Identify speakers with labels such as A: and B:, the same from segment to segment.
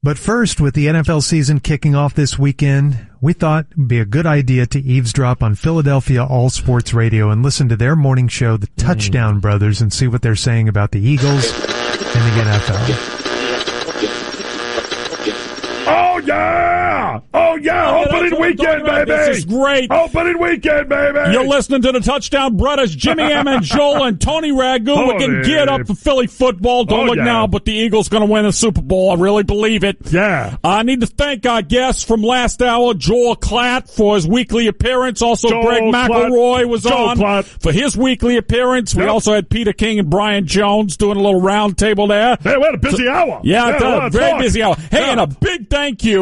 A: But first, with the NFL season kicking off this weekend, we thought it'd be a good idea to eavesdrop on Philadelphia All Sports Radio and listen to their morning show, The Touchdown Brothers, and see what they're saying about the Eagles and the NFL.
B: Oh yeah! Oh yeah!
C: That's
B: Opening
C: what I'm
B: weekend,
C: talking about.
B: baby!
C: This is great.
B: Opening weekend, baby!
C: You're listening to the Touchdown Brothers, Jimmy M and Joel and Tony Ragu. We're getting
B: Tony.
C: geared up for Philly football. Don't
B: Oh,
C: look
B: yeah.
C: now, but the Eagles going to win the Super Bowl. I really believe it.
B: yeah.
C: I need to thank our guests from last hour, Joel Klatt, for his weekly appearance. Also,
B: Joel
C: Greg
B: Klatt.
C: McElroy was
B: Joel
C: on
B: Klatt.
C: for his weekly appearance. We
B: Yep.
C: also had Peter King and Brian Jones doing a little roundtable there.
B: Hey, we had a busy hour.
C: Yeah, it's
B: we had
C: a
B: lot of
C: very
B: talk.
C: busy hour. Hey,
B: Yeah.
C: and a big thank you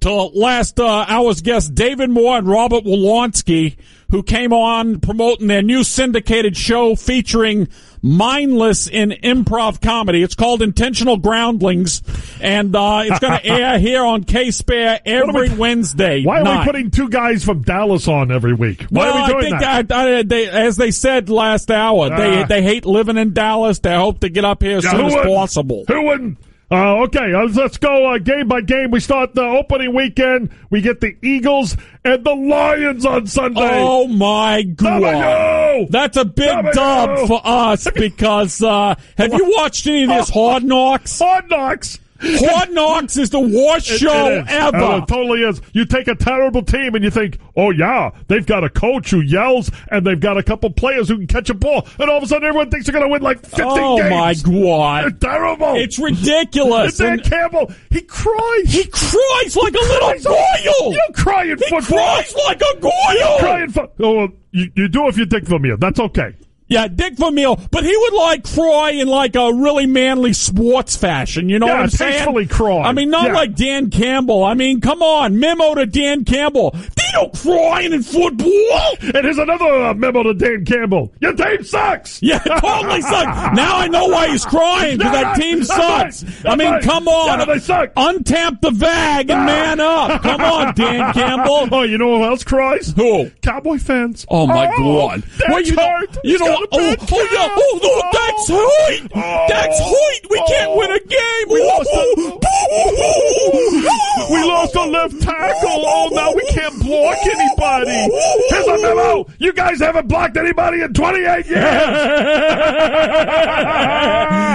C: to last uh, hour's guests, David Moore and Robert Wolonski, who came on promoting their new syndicated show featuring mindless in improv comedy. It's called Intentional Groundlings, and uh, it's going to air here on K Spare
B: What are
C: every
B: we-
C: Wednesday.
B: Why are
C: night.
B: we putting two guys from Dallas on every week? Why
C: well,
B: are we doing
C: I think
B: that?
C: I- I- they, as they said last hour, they
B: Ah.
C: they hate living in Dallas. They hope to get up here as
B: Yeah,
C: soon
B: who
C: as
B: wouldn't?
C: possible.
B: Who wouldn't? Uh, okay, uh, let's go uh, game by game. We start the opening weekend. We get the Eagles and the Lions on Sunday.
C: Oh my god!
B: W!
C: That's a big
B: W!
C: dub for us because uh, have you watched any of
B: Oh.
C: this Hard Knocks?
B: Hard knocks.
C: Hard Knocks is the worst
B: It-
C: show
B: it is. Uh,
C: ever.
B: It totally is. You take a terrible team and you think, oh yeah, they've got a coach who yells and they've got a couple players who can catch a ball, and all of a sudden everyone thinks they're going to win like 15
C: Oh
B: games.
C: my
B: They're
C: god!
B: terrible.
C: It's ridiculous.
B: And Dan
C: And
B: Campbell, he cries.
C: he cries like a little goyle.
B: You don't cry in
C: He
B: football.
C: cries like a
B: Cry
C: goyle.
B: in fo- oh, well, you, you do if you dick from here. That's okay.
C: Yeah, Dick Vermeil, but he would like cry in like a really manly sports fashion. You know
B: Yeah,
C: what I'm saying?
B: tastefully cry.
C: I mean, not
B: Yeah.
C: like Dan Campbell. I mean, come on, memo to Dan Campbell. They don't crying in football.
B: And here's another uh, memo to Dan Campbell. Your team sucks.
C: Yeah, it totally sucks. Now I know why he's crying because
B: Yeah,
C: that team
B: that's
C: sucks.
B: right.
C: I mean,
B: That's right.
C: come on,
B: Yeah, they suck.
C: untap the bag and man up. Come on, Dan Campbell.
B: Oh, you know who else cries?
C: Who?
B: Cowboy fans.
C: Oh my God!
B: That's
C: Well, you
B: hurt.
C: Know, you
B: He's
C: know
B: got a
C: what? Oh,
B: bad
C: oh, yeah.
B: calf.
C: Oh no, that's Hoyt.
B: Oh.
C: That's Hoyt. We can't
B: Oh.
C: win a game.
B: We lost
C: Woo-hoo. Boo-hoo.
B: We lost a left tackle. Oh, now we can't block anybody. Here's a memo. You guys haven't blocked anybody in 28 years.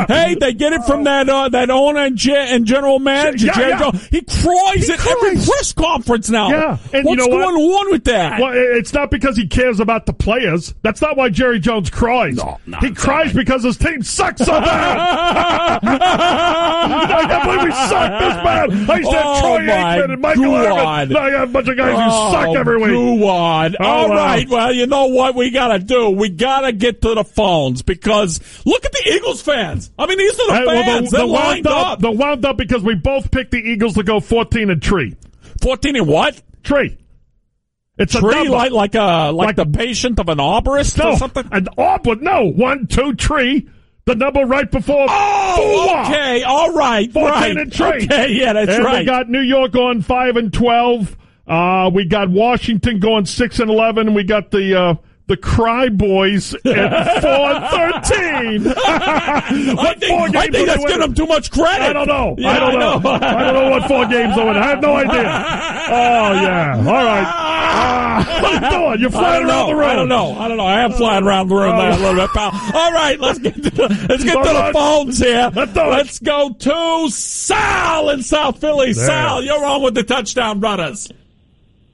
C: Hey, they get it from that uh, that owner and, ge- and general manager.
B: Yeah,
C: Jerry
B: yeah.
C: Jones. He cries at every
B: cries.
C: press conference now.
B: Yeah, and
C: What's
B: you know what?
C: going on with that?
B: Well, it- it's not because he cares about the players. That's not why Jerry Jones cries.
C: no,
B: he
C: it's
B: cries because his team sucks so bad. I can't believe we suck this bad. I used to have
C: Oh,
B: Troy
C: my
B: Aikman and Michael
C: God. Oh,
B: Irvin. Now I got a bunch of guys who suck every week. Oh,
C: God. All
B: wow.
C: right. Well, you know what we got to do? We got to get to the phones because look at the Eagles fans. I mean, these are the
B: Hey, well,
C: fans. They're lined
B: wound
C: up.
B: The wound up because we both picked the Eagles to go 14 and tree.
C: 14 and what?
B: Tree. It's a
C: Tree?
B: number.
C: Like, like, a,
B: Like-
C: like, the patient of an arborist
B: no,
C: or something?
B: An awkward. No. One, two, tree. The number right before.
C: Oh,
B: four.
C: okay. All right.
B: 14
C: right.
B: and tree.
C: Okay. Yeah, that's
B: and
C: right.
B: we got New York on 5 and 12. Uh, we got Washington going 6 and 11. We got the. Uh, the Cry Boys at 4 and 13. four
C: I think, I
B: games
C: think
B: that they
C: that's
B: win?
C: giving them too much credit.
B: I don't know.
C: Yeah,
B: I don't know. I don't know what four games are in. I have no idea. Oh yeah. All right. Ah, what are you doing? You're
C: I
B: flying
C: don't
B: around
C: know.
B: the room.
C: I don't know. I don't know. I am flying around the room there a little bit, pal. All right, let's get to the, let's get to
B: All
C: the
B: right.
C: phones here.
B: Let's do it.
C: Let's go to Sal in South Philly. Sal, you're on with the touchdown brothers.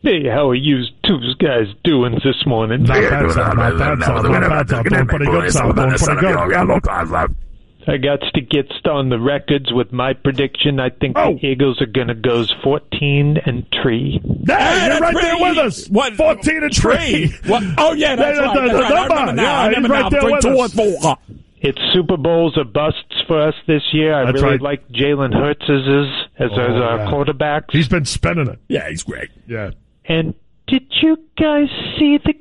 D: Hey, how are you two guys doing this morning?
B: Not bad, Sal. Not bad, Sal. Not bad, Sal. Doing pretty good, Sal. Doing pretty good.
D: I got to get on the records with my prediction. I think
B: Oh.
D: the Eagles are going to go 14 and three.
B: Yeah,
C: Hey,
B: you're right
C: that's
B: there
C: pretty-
B: with us.
C: What?
B: Fourteen and
C: Tree.
B: three.
C: What? Oh yeah, that's
B: Yeah,
C: right.
B: the- the
C: That's right. I remember
B: number.
C: now.
B: Yeah,
C: I remember
B: he's right
C: now.
B: there
C: Three,
B: with
C: two,
B: us.
C: and four.
D: It's Super Bowls or busts for us this year. I
B: That's
D: really
B: right.
D: like Jalen Hurts as, as, as
B: Oh,
D: our
B: yeah.
D: quarterback.
B: He's been spinning it.
C: Yeah, he's great.
B: Yeah.
D: And Did you guys see the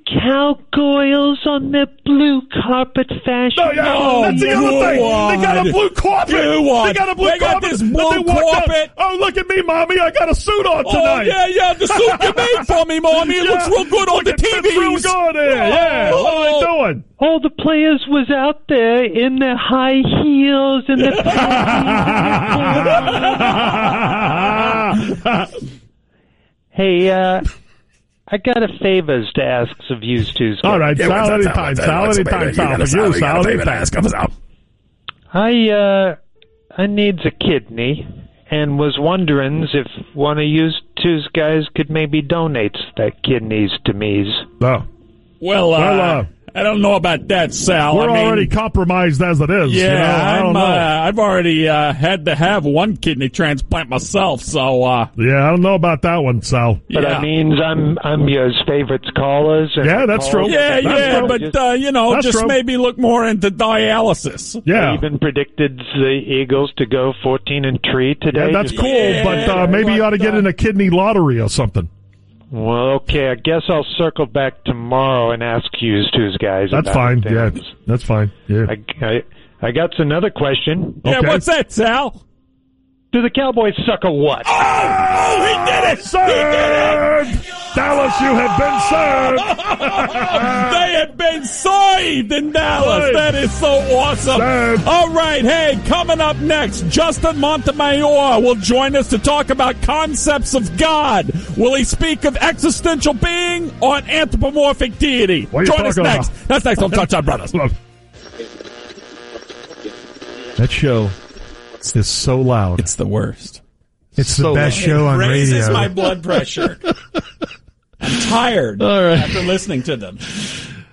D: cowgirls on the blue carpet fashion?
B: No, yeah,
C: Oh,
B: that's the other thing. They got a
C: God.
B: blue carpet.
C: Dude,
B: They got a blue
C: they got
B: carpet.
C: this
B: that
C: blue
B: they walked out.
C: carpet.
B: Oh, look at me, mommy! I got a suit on
C: Oh
B: tonight.
C: yeah, yeah, the suit you made for me, mommy. It
B: Yeah.
C: looks real good on
B: Look,
C: the
B: it fits Real
C: TVs.
B: good in. Yeah. What
C: Oh.
B: are they doing?
D: All the players was out there in their high heels and the Hey, uh, I got a favors to ask of you two.
B: All right, Sal,
E: what's up,
B: anytime,
E: what's up,
B: Sal,
E: what's up,
B: anytime,
E: baby?
B: Sal.
E: gotta
B: For you,
E: solve it, you
B: Sal,
E: gotta baby,
B: anytime.
E: ask him out.
D: I uh, I needs a kidney, and was wondering if one of you two guys could maybe donate that kidneys to me's.
B: No,
C: Well, uh,
B: Well, uh,
C: I don't know about that, Sal.
B: we're
C: I mean,
B: already compromised as it is. you know,
C: Yeah,
B: I don't
C: I'm,
B: know.
C: uh, I've already uh, had to have one kidney transplant myself, so uh,
B: yeah, I don't know about that one, Sal.
D: But
C: yeah.
D: I means I'm I'm your favorite callers. And
B: Yeah, that's
D: callers
B: true.
C: yeah,
B: That's
C: yeah,
B: true.
C: but uh, you know,
B: That's
C: just
B: true.
C: maybe look more into dialysis.
B: Yeah,
D: Even predicted the Eagles to go 14 and three
B: yeah
D: today.
B: that's
D: Just-
B: cool. but uh, maybe you ought to get in a kidney lottery or something.
D: Well, okay. I guess I'll circle back tomorrow and ask you two guys.
B: That's
D: about
B: fine. Yeah,
D: things.
B: that's fine. Yeah.
D: I, I I got another question.
C: Yeah,
B: Okay.
C: what's that, Sal?
D: Do the Cowboys suck a what?
C: Oh, he did it!
B: Served! Dallas, you have been served! Ah.
C: They have been saved in Dallas.
B: Saved.
C: That is so awesome.
B: Saved.
C: All right, hey, coming up next, Justin Montemayor will join us to talk about concepts of God. Will he speak of existential being or an anthropomorphic deity?
B: What are you
C: join us
B: talking
C: next.
B: about?
C: That's next on Touchdown Brothers.
E: That show
A: It's so loud.
C: It's the worst.
A: It's the
E: so
A: best
E: loud.
A: show on
C: Raises
A: radio.
C: my blood pressure. I'm tired
E: All right.
C: after listening to them.